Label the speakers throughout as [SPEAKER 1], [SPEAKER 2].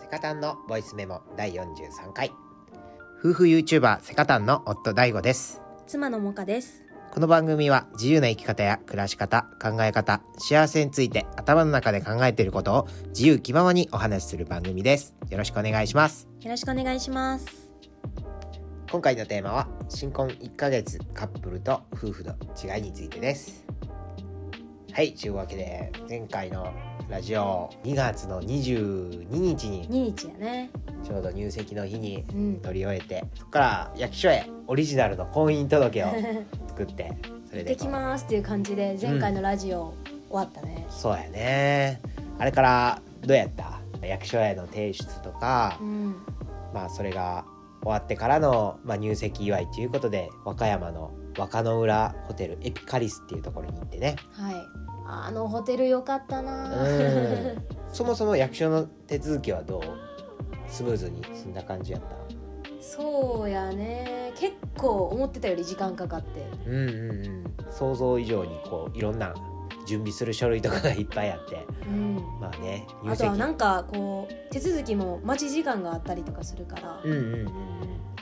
[SPEAKER 1] セカタンのボイスメモ第43回夫婦 YouTuber セカタンの夫大吾です
[SPEAKER 2] 妻のもかです
[SPEAKER 1] この番組は自由な生き方や暮らし方考え方幸せについて頭の中で考えていることを自由気ままにお話しする番組ですよろしくお願いします
[SPEAKER 2] よろしくお願いします
[SPEAKER 1] 今回のテーマは新婚1ヶ月カップルと夫婦の違いについてですはいというわけで前回のラジオ2月の22日に
[SPEAKER 2] 2日やね
[SPEAKER 1] ちょうど入籍の日に
[SPEAKER 2] うん
[SPEAKER 1] 取り終えてそこから役所へオリジナルの婚姻届を作 ってそれ
[SPEAKER 2] で
[SPEAKER 1] で
[SPEAKER 2] き
[SPEAKER 1] こう
[SPEAKER 2] ますっていう感じで前回のラジオ終わったね
[SPEAKER 1] そうやねあれからどうやった役所への提出とか、
[SPEAKER 2] うん
[SPEAKER 1] まあそれが終わってからの、まあ、入籍祝いということで和歌山の若野浦ホテルエピカリスっていうところに行ってね
[SPEAKER 2] はいあのホテル良かった
[SPEAKER 1] う
[SPEAKER 2] な
[SPEAKER 1] んそもそも役所の手続きはどうスムーズに進んだ感じやった
[SPEAKER 2] そうやね結構思ってたより時間かかって
[SPEAKER 1] うんうんうん想像以上にこういろんな準備する書類とかがいっぱいあって
[SPEAKER 2] うん
[SPEAKER 1] まあね入
[SPEAKER 2] あと
[SPEAKER 1] 籍
[SPEAKER 2] はなんかこう手続きも待ち時間があったりとかするから、
[SPEAKER 1] うんうんうんうん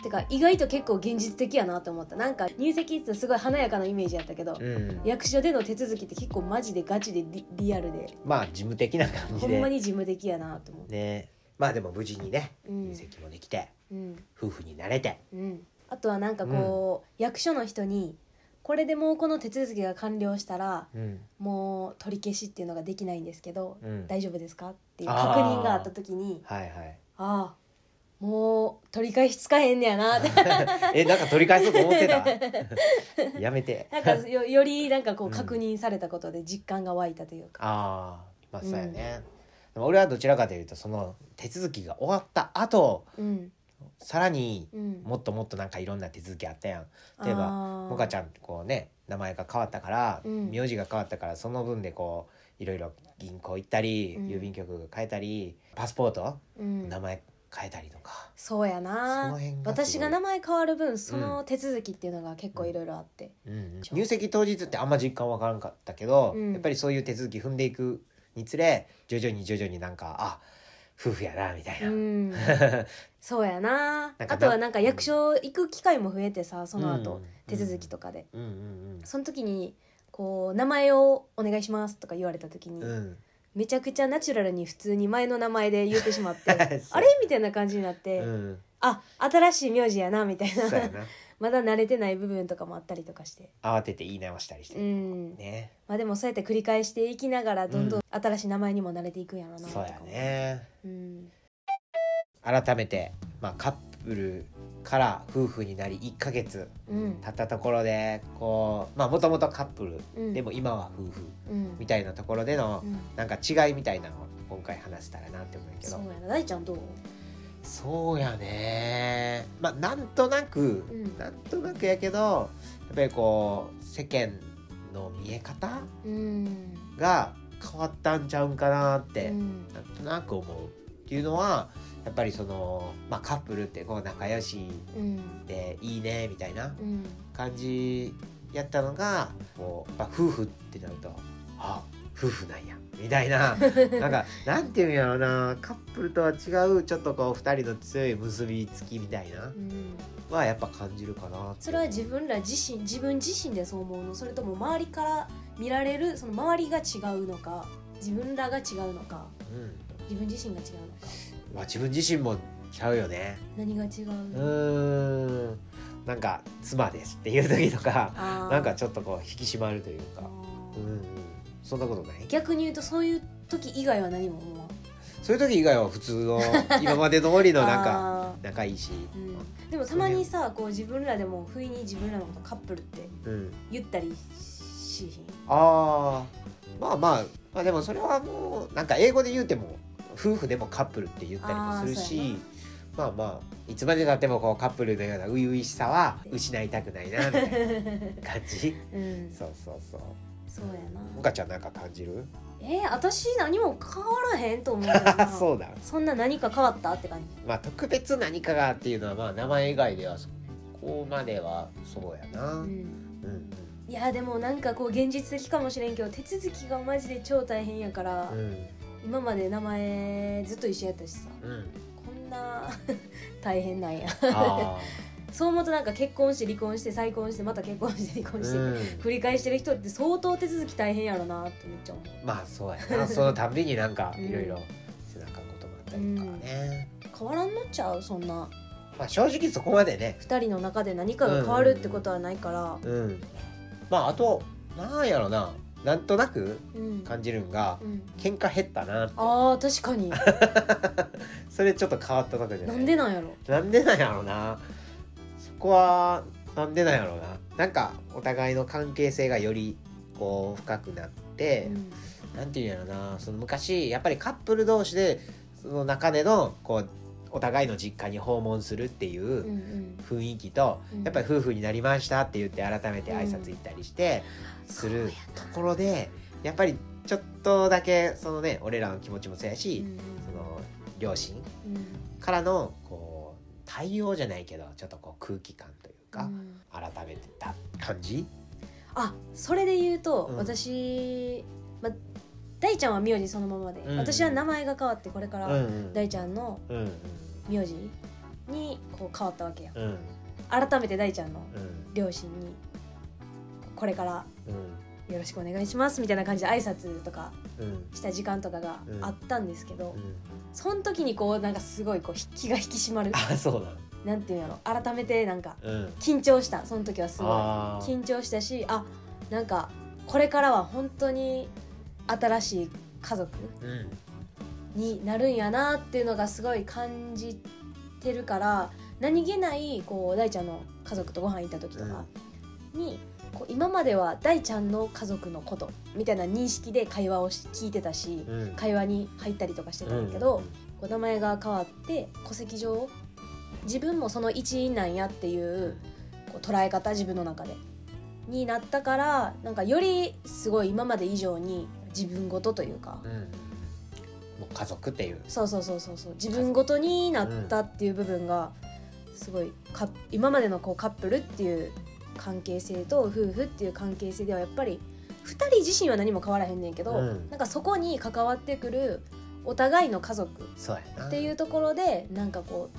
[SPEAKER 2] てか意外と結構現実的やなと思ったなんか入籍ってすごい華やかなイメージやったけど、
[SPEAKER 1] うんうん
[SPEAKER 2] 役所での手続きって結構マジでガチでリリアルで
[SPEAKER 1] まあ事務的な感
[SPEAKER 2] ほ
[SPEAKER 1] じ
[SPEAKER 2] んま
[SPEAKER 1] で
[SPEAKER 2] に事務的やなと思って、
[SPEAKER 1] ねまあでも無事にね
[SPEAKER 2] うん
[SPEAKER 1] 入籍もできて
[SPEAKER 2] うん
[SPEAKER 1] 夫婦になれて
[SPEAKER 2] うん、あとはなんかこう、役所の人にこれでもうこの手続きが完了したら
[SPEAKER 1] うん
[SPEAKER 2] もう取り消しっていうのができないんですけど、
[SPEAKER 1] うん
[SPEAKER 2] 大丈夫ですかっていう
[SPEAKER 1] あー
[SPEAKER 2] 確認があった時に
[SPEAKER 1] はいはい
[SPEAKER 2] ああもう取り返しつかへんねやなって
[SPEAKER 1] えなんか取り返そうと思ってた やめて
[SPEAKER 2] なんかよよりなんかこ
[SPEAKER 1] う
[SPEAKER 2] うん確認されたことで実感が湧いたというか、
[SPEAKER 1] ああまあそうやね、でも俺はどちらかというとその手続きが終わった後
[SPEAKER 2] うん
[SPEAKER 1] さらに
[SPEAKER 2] うん、
[SPEAKER 1] もっともっとなんかいろんな手続きあったやん
[SPEAKER 2] あー
[SPEAKER 1] 例えばもかちゃんこうね名前が変わったから、
[SPEAKER 2] うん
[SPEAKER 1] 名字が変わったからその分でこういろいろ銀行行ったり、
[SPEAKER 2] うん
[SPEAKER 1] 郵便局変えたりパスポート、
[SPEAKER 2] うん
[SPEAKER 1] 名前変えたりとか
[SPEAKER 2] そうや
[SPEAKER 1] そ
[SPEAKER 2] な
[SPEAKER 1] の辺がす
[SPEAKER 2] 私
[SPEAKER 1] ごい
[SPEAKER 2] が名前変わる分その手続きっていうのが結構いろいろあって、
[SPEAKER 1] うんうん
[SPEAKER 2] そう
[SPEAKER 1] 入籍当日ってあんま実感わからんかったけど、
[SPEAKER 2] うん
[SPEAKER 1] やっぱりそういう手続き踏んでいくにつれ徐々に徐々になんかあ夫婦やなみたいな、
[SPEAKER 2] うん、そうやな
[SPEAKER 1] なんかな
[SPEAKER 2] あとはなんか役所行く機会も増えてさその後、
[SPEAKER 1] うん
[SPEAKER 2] 手続きとかで、
[SPEAKER 1] うんうん
[SPEAKER 2] その時にこう名前をお願いしますとか言われた時に、
[SPEAKER 1] うんうん
[SPEAKER 2] めちゃくちゃナチュラルに普通に前の名前で言ってしまって
[SPEAKER 1] そう
[SPEAKER 2] あれみたいな感じになって、
[SPEAKER 1] うん
[SPEAKER 2] あ新しい名字やなみたい
[SPEAKER 1] そうや
[SPEAKER 2] な
[SPEAKER 1] な
[SPEAKER 2] まだ慣れてない部分とかもあったりとかして、
[SPEAKER 1] 慌てて言い直したりして、
[SPEAKER 2] うん
[SPEAKER 1] ね
[SPEAKER 2] まあ、でもそうやって繰り返していきながらどん
[SPEAKER 1] う
[SPEAKER 2] ど
[SPEAKER 1] ん
[SPEAKER 2] 新しい名前にも慣れていくんやろなとか
[SPEAKER 1] そう
[SPEAKER 2] 思
[SPEAKER 1] やね
[SPEAKER 2] うん
[SPEAKER 1] 改めて、まあ、カップルから夫婦になり1ヶ月
[SPEAKER 2] うん
[SPEAKER 1] 経ったところでこうまあもともとカップル、
[SPEAKER 2] うん
[SPEAKER 1] でも今は夫婦
[SPEAKER 2] うん
[SPEAKER 1] みたいなところでの、
[SPEAKER 2] うん
[SPEAKER 1] なんか違いみたいなのを今回話せたらなって思うけど
[SPEAKER 2] そ
[SPEAKER 1] そうう
[SPEAKER 2] やな大ちゃんどう
[SPEAKER 1] やねまあなんとなく、
[SPEAKER 2] うん
[SPEAKER 1] なんとなくやけどやっぱりこう世間の見え方
[SPEAKER 2] うん
[SPEAKER 1] が変わったんちゃうんかなって、
[SPEAKER 2] うん
[SPEAKER 1] なんとなく思うっていうのはやっぱりその、まあ、カップルってこう仲良し
[SPEAKER 2] うん
[SPEAKER 1] でいいねみたいな
[SPEAKER 2] うん
[SPEAKER 1] 感じやったのがこうやっぱ夫婦ってなるとあ夫婦なんやみたい ななんかなんていうんやろうなカップルとは違うちょっとこう2人の強い結びつきみたいな
[SPEAKER 2] うん
[SPEAKER 1] はやっぱ感じるかなって
[SPEAKER 2] それは自分ら自身自分自身でそう思うのそれとも周りから見られるその周りが違うのか自分らが違うのか
[SPEAKER 1] うん
[SPEAKER 2] 自分自身が違うのか
[SPEAKER 1] まあ、自分自身もちゃうよね
[SPEAKER 2] 何が違う
[SPEAKER 1] うーんなんか「妻です」っていう時とか
[SPEAKER 2] あー
[SPEAKER 1] なんかちょっとこう引き締まるという
[SPEAKER 2] あ
[SPEAKER 1] か
[SPEAKER 2] ー
[SPEAKER 1] うんうんそんなことない
[SPEAKER 2] 逆に言うとそういう時以外は何も思わん
[SPEAKER 1] そういう時以外は普通の今まで通りのなんか
[SPEAKER 2] あ
[SPEAKER 1] 仲いいし
[SPEAKER 2] ーうん、でもたまにさこう自分らでも不意に自分らのことカップルって
[SPEAKER 1] うん
[SPEAKER 2] 言ったりしひん
[SPEAKER 1] あーまあまあまあでもそれはもうなんか英語で言うても夫婦でもカップルって言ったりもする
[SPEAKER 2] あーそうや
[SPEAKER 1] しまあまあいつまでたってもこうカップルのような初々しさは失いたくないなみたいな感じ
[SPEAKER 2] う ん
[SPEAKER 1] そうそうそう
[SPEAKER 2] そうや
[SPEAKER 1] も
[SPEAKER 2] な
[SPEAKER 1] かちゃんなんか感じる
[SPEAKER 2] えー、私何も変わらへんと思うよ な
[SPEAKER 1] そうだ
[SPEAKER 2] そんな何か変わったって感じ
[SPEAKER 1] まあ特別何かがっていうのはまあ名前以外ではそこまではそうやな、
[SPEAKER 2] うん
[SPEAKER 1] うん
[SPEAKER 2] いやでもなんかこう現実的かもしれんけど手続きがマジで超大変やから
[SPEAKER 1] う、ん
[SPEAKER 2] 今まで名前ずっと一緒やったしさ
[SPEAKER 1] うん
[SPEAKER 2] こんな大変なんや
[SPEAKER 1] あ
[SPEAKER 2] そう思うとなんか結婚して離婚して再婚してまた結婚して離
[SPEAKER 1] ー
[SPEAKER 2] 婚して、
[SPEAKER 1] う
[SPEAKER 2] 繰り返してる人って相当手続き大変やろなってめっちゃ思うん
[SPEAKER 1] まあそうや なそのたんびになんか
[SPEAKER 2] うん
[SPEAKER 1] いろいろ背中のこともあったりとかね、
[SPEAKER 2] 変わらんのっちゃうそんな
[SPEAKER 1] まあ正直そこまでね
[SPEAKER 2] 2人の中で何かが変わるってことはないから、
[SPEAKER 1] うんまああとなんやろななんとなく
[SPEAKER 2] うん
[SPEAKER 1] 感じるんが
[SPEAKER 2] うん
[SPEAKER 1] 喧嘩減ったなって
[SPEAKER 2] あー確かに
[SPEAKER 1] それちょっと変わったとこじゃな
[SPEAKER 2] ないんでなんやろ
[SPEAKER 1] なんでなんやろなそこはなんでなんやろななんかお互いの関係性がよりこう深くなって、なんていうんやろなその昔やっぱりカップル同士でその中でのこうお互いの実家に訪問するってい
[SPEAKER 2] うんう
[SPEAKER 1] うん雰囲気と、
[SPEAKER 2] うん
[SPEAKER 1] やっぱり夫婦になりましたって言って改めて挨拶行ったりして、するところでやっぱりちょっとだけそのね俺らの気持ちもそうや
[SPEAKER 2] う
[SPEAKER 1] し、
[SPEAKER 2] ん
[SPEAKER 1] その両親
[SPEAKER 2] うん
[SPEAKER 1] からのこう対応じゃないけどちょっとこう空気感というか、
[SPEAKER 2] うん
[SPEAKER 1] 改めてた感じ
[SPEAKER 2] あそれで言うと、
[SPEAKER 1] うん
[SPEAKER 2] 私、ま、大ちゃんは名字そのままで、
[SPEAKER 1] うん
[SPEAKER 2] 私は名前が変わってこれか
[SPEAKER 1] う
[SPEAKER 2] ら、
[SPEAKER 1] んうん
[SPEAKER 2] 大ちゃんの
[SPEAKER 1] うん
[SPEAKER 2] 名字にこう変わったわけよ
[SPEAKER 1] うんうん
[SPEAKER 2] 改めて大ちゃんの
[SPEAKER 1] うん
[SPEAKER 2] 両親にこれから
[SPEAKER 1] うん
[SPEAKER 2] よろしくお願いしますみたいな感じで挨拶とか
[SPEAKER 1] うん
[SPEAKER 2] した時間とかがあったんですけど、
[SPEAKER 1] うん
[SPEAKER 2] その時にこうなんかすごいこうひ気が引き締まる
[SPEAKER 1] あそうだ
[SPEAKER 2] なんていうんやろ改めてなんか
[SPEAKER 1] うん
[SPEAKER 2] 緊張したその時はすごい
[SPEAKER 1] あー
[SPEAKER 2] 緊張したしあなんかこれからは本当に新しい家族
[SPEAKER 1] うん
[SPEAKER 2] になるんやなっていうのがすごい感じてるから何気ないこう大ちゃんの家族とご飯行った時とかに、こう今までは大ちゃんの家族のことみたいな認識で会話をし聞いてたし、
[SPEAKER 1] うん
[SPEAKER 2] 会話に入ったりとかしてたんだけど、こう名前が変わって戸籍上自分もその一員なんやっていうこう捉え方自分の中でになったからなんかよりすごい今まで以上に自分ごとというか
[SPEAKER 1] うんうんもう家族っていう
[SPEAKER 2] そうそうそうそうそう自分ごとになったっていう部分がすごいカップ今までのこうカップルっていう関係性と夫婦っていう関係性ではやっぱり2人自身は何も変わらへんねんけど、
[SPEAKER 1] うん
[SPEAKER 2] なんかそこに関わってくるお互いの家族
[SPEAKER 1] そうやな
[SPEAKER 2] っていうところでなんかこう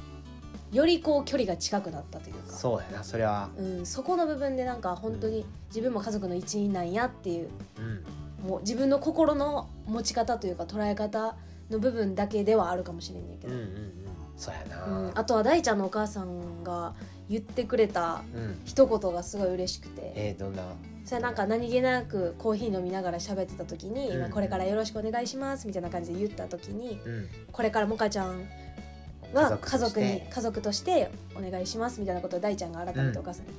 [SPEAKER 2] よりこう距離が近くなったというか
[SPEAKER 1] そうやなそれは
[SPEAKER 2] うん、そこの部分でなんか本当に自分も家族の一員なんやっていう
[SPEAKER 1] うん
[SPEAKER 2] もう自分の心の持ち方というか捉え方の部分だけではあるかもしれないけ
[SPEAKER 1] うん
[SPEAKER 2] ど、
[SPEAKER 1] う
[SPEAKER 2] うん
[SPEAKER 1] うんんそうやな
[SPEAKER 2] あとは大ちゃんのお母さんが言ってくれた
[SPEAKER 1] うん
[SPEAKER 2] 一言がすごい嬉しくて
[SPEAKER 1] えーどんな
[SPEAKER 2] それなんか何気なくコーヒー飲みながら喋ってた時に「
[SPEAKER 1] うん
[SPEAKER 2] まあこれからよろしくお願いします」みたいな感じで言った時に
[SPEAKER 1] うん
[SPEAKER 2] 「これからもかちゃんは家
[SPEAKER 1] 家族と
[SPEAKER 2] 族
[SPEAKER 1] して
[SPEAKER 2] に家族としてお願いします」みたいなことを大ちゃんが改めて
[SPEAKER 1] う
[SPEAKER 2] お
[SPEAKER 1] ん
[SPEAKER 2] 母さんに、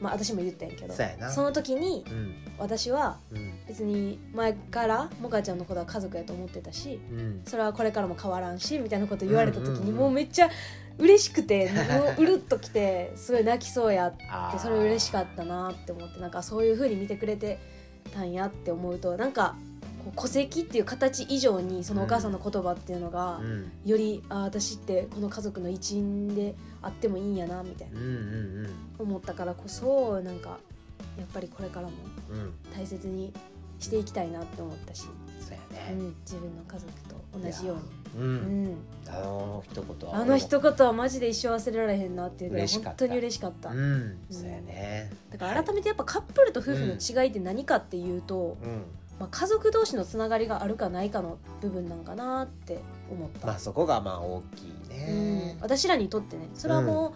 [SPEAKER 2] まあ私も言ったんやけど
[SPEAKER 1] そうやな
[SPEAKER 2] その時に
[SPEAKER 1] うん
[SPEAKER 2] 私は
[SPEAKER 1] うん
[SPEAKER 2] 別に前からもかちゃんのことは家族やと思ってたし
[SPEAKER 1] うん
[SPEAKER 2] それはこれからも変わらんしみたいなこと言われた時
[SPEAKER 1] うんうん
[SPEAKER 2] に
[SPEAKER 1] うん
[SPEAKER 2] もうめっちゃ嬉しくてもううるっときてすごい泣きそうやって
[SPEAKER 1] あ
[SPEAKER 2] それ嬉し
[SPEAKER 1] っ
[SPEAKER 2] かったなって思ってなんかそういう風に見てくれてたんやって思うとなんかこう戸籍っていう形以上にそのお母さんの言葉っていうのが
[SPEAKER 1] うん
[SPEAKER 2] よりあー私ってこの家族の一員であってもいいんやなみたい
[SPEAKER 1] うんう
[SPEAKER 2] な
[SPEAKER 1] ん
[SPEAKER 2] 思ったからこそなんかやっぱりこれからも
[SPEAKER 1] うんうん
[SPEAKER 2] 大切にしていきたいなって思ったし、
[SPEAKER 1] そうや
[SPEAKER 2] う
[SPEAKER 1] ね
[SPEAKER 2] ん、自分の家族と同じように。
[SPEAKER 1] う
[SPEAKER 2] うんん、
[SPEAKER 1] あの一言は
[SPEAKER 2] あの一言はマジで一生忘れられへんなっていうぐらい
[SPEAKER 1] 嬉しか
[SPEAKER 2] 本
[SPEAKER 1] った
[SPEAKER 2] 当に嬉しかった
[SPEAKER 1] うんそうやね
[SPEAKER 2] だから改めてやっぱカップルと夫婦の違いって何かっていうと、
[SPEAKER 1] うん
[SPEAKER 2] まあ、家族同士のつながりがあるかないかの部分なんかなって思った、
[SPEAKER 1] まあそこがまあ大きいうね
[SPEAKER 2] ん、私らにとってねそれはも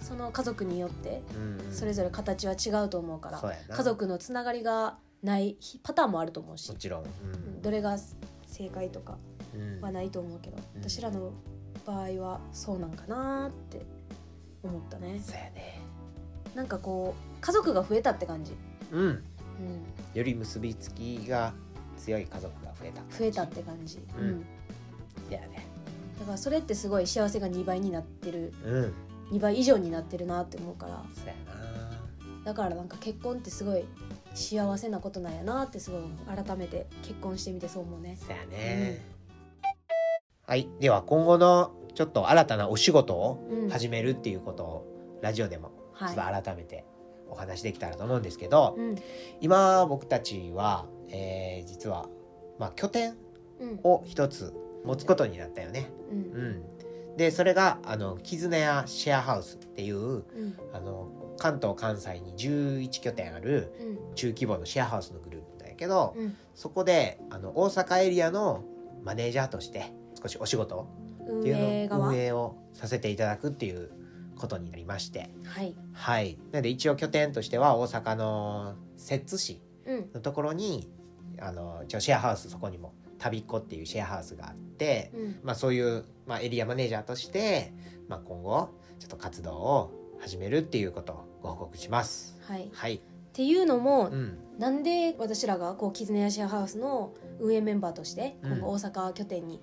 [SPEAKER 2] う、その家族によって
[SPEAKER 1] うんうん
[SPEAKER 2] それぞれ形は違うと思うから、
[SPEAKER 1] そうやな
[SPEAKER 2] 家族のつながりがないパターンもあると思うし
[SPEAKER 1] も、ちろん
[SPEAKER 2] うんどれが正解とか
[SPEAKER 1] うん
[SPEAKER 2] はないと思うけど、
[SPEAKER 1] うん
[SPEAKER 2] 私らの場合はそうなんかなって思ったね
[SPEAKER 1] そうやね
[SPEAKER 2] なんかこう家族が増えたって感じ、
[SPEAKER 1] うん
[SPEAKER 2] う
[SPEAKER 1] より結びつきが強い家族が増えた
[SPEAKER 2] ん、増えたって感じ、
[SPEAKER 1] うんだよね
[SPEAKER 2] だからそれってすごい幸せが2倍になってる
[SPEAKER 1] うん
[SPEAKER 2] 2倍以上になってるなって思うから
[SPEAKER 1] そうやな
[SPEAKER 2] だからなんか結婚ってすごい幸せなことなんやなってすごい思う改めて結婚してみてそう思うね
[SPEAKER 1] そうやねはいでは今後のちょっと新たなお仕事を
[SPEAKER 2] うん
[SPEAKER 1] 始めるっていうことをラジオでもちょっと
[SPEAKER 2] は
[SPEAKER 1] 改めてお話できたらと思うんですけど
[SPEAKER 2] い、うん
[SPEAKER 1] 今僕たちは、えー実は、まあ、拠点
[SPEAKER 2] うん
[SPEAKER 1] を一つ持つことになったよね。
[SPEAKER 2] う
[SPEAKER 1] うんん、でそれがあの絆屋シェアハウスっていう
[SPEAKER 2] うん
[SPEAKER 1] あの関東関西に11拠点ある
[SPEAKER 2] うん
[SPEAKER 1] 中規模のシェアハウスのグループだけど、
[SPEAKER 2] うん
[SPEAKER 1] そこであの大阪エリアのマネージャーとして少しお仕事ってい
[SPEAKER 2] 運営
[SPEAKER 1] うのを
[SPEAKER 2] 側
[SPEAKER 1] 運営をさせていただくっていうことになりまして
[SPEAKER 2] はい
[SPEAKER 1] はいなので一応拠点としては大阪の摂津市
[SPEAKER 2] うん
[SPEAKER 1] のところにあの一応シェアハウスそこにも旅っ子っていうシェアハウスがあって、
[SPEAKER 2] うん
[SPEAKER 1] まあ、そういう、まあ、エリアマネージャーとして、まあ、今後ちょっと活動を始めるっていうことをご報告します。
[SPEAKER 2] はいっ
[SPEAKER 1] はい、
[SPEAKER 2] ていうのも
[SPEAKER 1] うん
[SPEAKER 2] なんで私らがこうキズネアシェアハウスの運営メンバーとして
[SPEAKER 1] うん
[SPEAKER 2] 今後大阪拠点に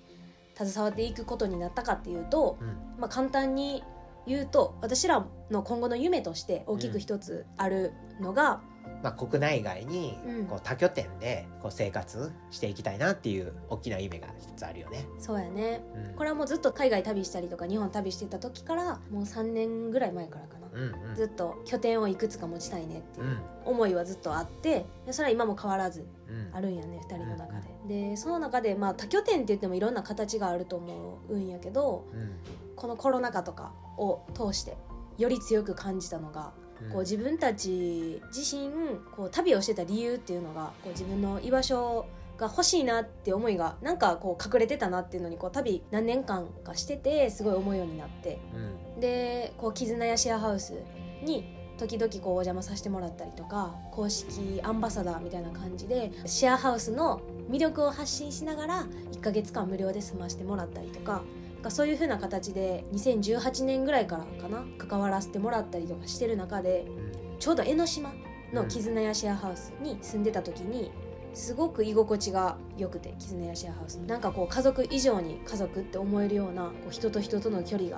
[SPEAKER 2] 携わっていくことになったかっていうと、
[SPEAKER 1] うん
[SPEAKER 2] まあ、簡単に言うと私らの今後の夢として大きく一つあるのが、
[SPEAKER 1] まあ、国内外に
[SPEAKER 2] うん
[SPEAKER 1] こう多拠点でこう生活していきたいなっていう大きな夢が一つあるよね。
[SPEAKER 2] そうやね
[SPEAKER 1] うん、
[SPEAKER 2] これはもうずっと海外旅したりとか日本旅してた時からもう3年ぐらい前からかな、
[SPEAKER 1] うんうん
[SPEAKER 2] ずっと拠点をいくつか持ちたいねっていううん思いはずっとあってでそれは今も変わらず
[SPEAKER 1] うん
[SPEAKER 2] あるんやね2人の中で。でその中でまあ多拠点って言ってもいろんな形があると思うんやけど
[SPEAKER 1] うん
[SPEAKER 2] このコロナ禍とかを通してより強く感じたのが
[SPEAKER 1] うん
[SPEAKER 2] こう自分たち自身こう旅をしてた理由っていうのがこう自分の居場所が欲しいなって思いがなんかこう隠れてたなっていうのにこう旅何年間かしててすごい思うようになって
[SPEAKER 1] うん
[SPEAKER 2] でこう絆やシェアハウスに時々こうお邪魔させてもらったりとか公式アンバサダーみたいな感じでシェアハウスの魅力を発信しながら1ヶ月間無料で済ませてもらったりとかなんかそういう風な形で2018年ぐらいからかな関わらせてもらったりとかしてる中で
[SPEAKER 1] うん
[SPEAKER 2] ちょうど江ノ島の絆やシェアハウスに住んでた時にすごく居心地が良くて絆やシェアハウスなんかこう家族以上に家族って思えるようなこう人と人との距離が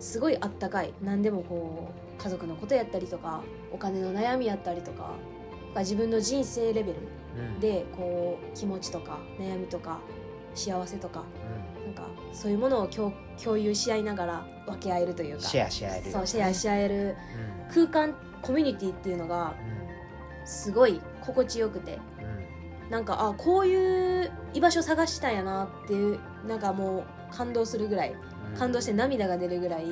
[SPEAKER 2] すごいあったかい何でもこう家族のことやったりとかお金の悩みやったりとかなんか自分の人生レベル
[SPEAKER 1] うん、
[SPEAKER 2] でこう気持ちとか悩みとか幸せとか
[SPEAKER 1] うん
[SPEAKER 2] なんかそういうものを共共有し合いながら分け合えるというか
[SPEAKER 1] シェアし合える。
[SPEAKER 2] そうシェアし合える
[SPEAKER 1] うんうん
[SPEAKER 2] 空間コミュニティっていうのがすごい心地よくて
[SPEAKER 1] うん
[SPEAKER 2] なんかあこういう居場所探したんやなっていうなんかもう感動するぐらい
[SPEAKER 1] うん
[SPEAKER 2] 感動して涙が出るぐらい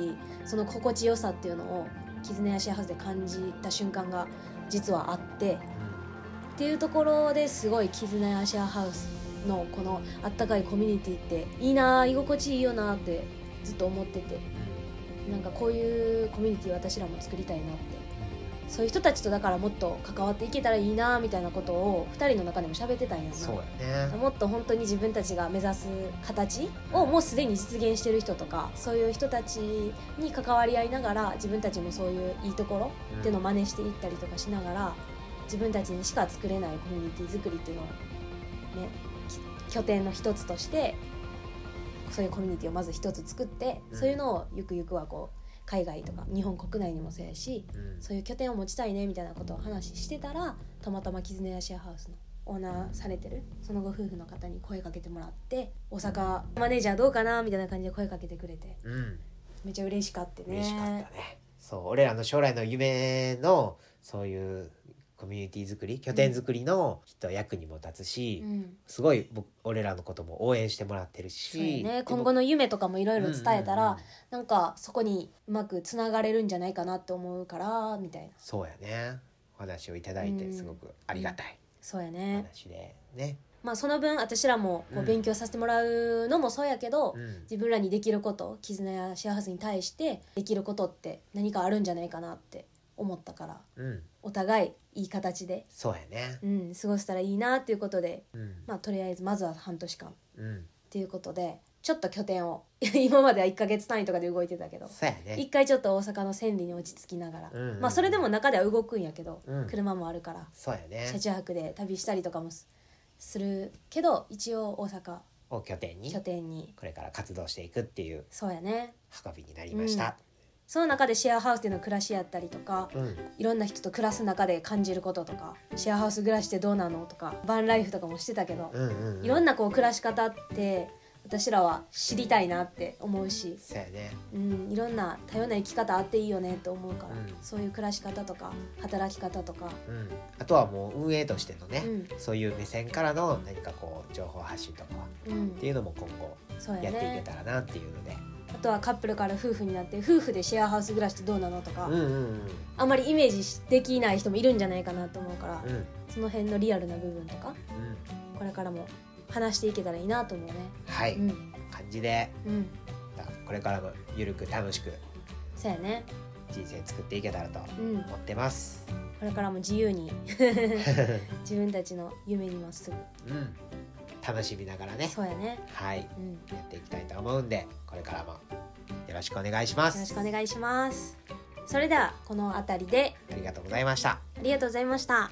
[SPEAKER 2] その心地よさっていうのを絆やシェアハウスで感じた瞬間が実はあってっていうところですごい絆やシェアハウスのこのあったかいコミュニティっていいな居心地いいよなってずっと思っててなんかこういうコミュニティ私らも作りたいなってそういう人たちとだからもっと関わっていけたらいいなみたいなことを2人の中でも喋ってたんや
[SPEAKER 1] そう
[SPEAKER 2] な
[SPEAKER 1] やね。
[SPEAKER 2] もっと本当に自分たちが目指す形をもうすでに実現してる人とかそういう人たちに関わり合いながら自分たちもそういういいところっていうのを真似していったりとかしながら自分たちにしか作れないコミュニティ作りっていうのをねき拠点の一つとしてそういうコミュニティをまず一つ作って
[SPEAKER 1] うん
[SPEAKER 2] そういうのをゆくゆくはこう海外とか日本国内にもそうやし
[SPEAKER 1] うん
[SPEAKER 2] そういう拠点を持ちたいねみたいなことを話してたらたまたま絆やシェアハウスのオーナーされてるそのご夫婦の方に声かけてもらって大阪マネージャーどうかなみたいな感じで声かけてくれて
[SPEAKER 1] うん
[SPEAKER 2] めちゃ嬉しかったね
[SPEAKER 1] 嬉しかったね。そう俺らの将来の夢のそういうコミュニティ作り拠点作りのきっと役にも立つし、
[SPEAKER 2] うん
[SPEAKER 1] すごい僕俺らのことも応援してもらってる
[SPEAKER 2] そうや
[SPEAKER 1] し、
[SPEAKER 2] ね、今後
[SPEAKER 1] の
[SPEAKER 2] の夢とかもいろいろ伝えたら、なんかそこにうまくつながれるんじゃないかなって思うからみたいな
[SPEAKER 1] そうやねお話をいただいてすごくありがたい
[SPEAKER 2] そうやね、
[SPEAKER 1] 話でね。
[SPEAKER 2] まあその分私らも
[SPEAKER 1] う
[SPEAKER 2] こ
[SPEAKER 1] ん
[SPEAKER 2] う勉強させてもらうのもそうやけど、
[SPEAKER 1] うん
[SPEAKER 2] 自分らにできること絆や幸せに対してできることって何かあるんじゃないかなって思ったから
[SPEAKER 1] うん
[SPEAKER 2] お互いいい形で、
[SPEAKER 1] そうやね。
[SPEAKER 2] うん、過ごせたらいいなっていうことで、
[SPEAKER 1] うん
[SPEAKER 2] まあ、とりあえずまずは半年間っ
[SPEAKER 1] うん
[SPEAKER 2] ていうことでちょっと拠点を 今までは1ヶ月単位とかで動いてたけど
[SPEAKER 1] そうやね
[SPEAKER 2] 一。回ちょっと大阪の千里に落ち着きながら、
[SPEAKER 1] うんうん
[SPEAKER 2] まあ、それでも中では動くんやけど、
[SPEAKER 1] うん
[SPEAKER 2] 車もあるから
[SPEAKER 1] そうやね
[SPEAKER 2] 車。中泊で旅したりとかもすするけど一応大阪
[SPEAKER 1] を拠点に
[SPEAKER 2] 拠点に
[SPEAKER 1] これから活動していくっていう
[SPEAKER 2] そうやね
[SPEAKER 1] 運びになりました。
[SPEAKER 2] その中でシェアハウスでの暮らしやったりとか
[SPEAKER 1] うん
[SPEAKER 2] いろんな人と暮らす中で感じることとかシェアハウス暮らしってどうなのとかバンライフとかもしてたけど
[SPEAKER 1] うんうんうん。
[SPEAKER 2] いろんなこう暮らし方って私らは知りたいなって思うし、
[SPEAKER 1] そうやね
[SPEAKER 2] うん、いろんな多様な生き方あっていいよねって思うから、
[SPEAKER 1] うん
[SPEAKER 2] そういう暮らし方とか働き方とか、
[SPEAKER 1] うんあとはもう運営としてのね
[SPEAKER 2] う、ん
[SPEAKER 1] そういう目線からの何かこう情報発信とか
[SPEAKER 2] うん
[SPEAKER 1] って、いうのも今後
[SPEAKER 2] そう
[SPEAKER 1] や
[SPEAKER 2] や
[SPEAKER 1] っていけ
[SPEAKER 2] ね
[SPEAKER 1] たらなっていうので、
[SPEAKER 2] あとはカップルから夫婦になって夫婦でシェアハウス暮らしってどうなのとか、
[SPEAKER 1] うんうんうん
[SPEAKER 2] あんまりイメージできない人もいるんじゃないかなと思うから、
[SPEAKER 1] うん
[SPEAKER 2] その辺のリアルな部分とか
[SPEAKER 1] うん
[SPEAKER 2] これからも話していけたらいいなと思うね。
[SPEAKER 1] はい、
[SPEAKER 2] うん
[SPEAKER 1] 感じで
[SPEAKER 2] うん、
[SPEAKER 1] これからもゆるく楽しく
[SPEAKER 2] そうやね、
[SPEAKER 1] 人生作っていけたらと
[SPEAKER 2] うん、こ
[SPEAKER 1] 思ってます。
[SPEAKER 2] れからも自由に
[SPEAKER 1] う
[SPEAKER 2] 自分たちの夢にまっすぐ
[SPEAKER 1] ん、楽しみながらね、
[SPEAKER 2] そうやね、
[SPEAKER 1] はい、や
[SPEAKER 2] うん、よ
[SPEAKER 1] っていきたいと思うんで、これからもよろしくお願いします。
[SPEAKER 2] ろしくお願いしますそれではこの辺りで
[SPEAKER 1] ありがとうございました。
[SPEAKER 2] ありがとうございました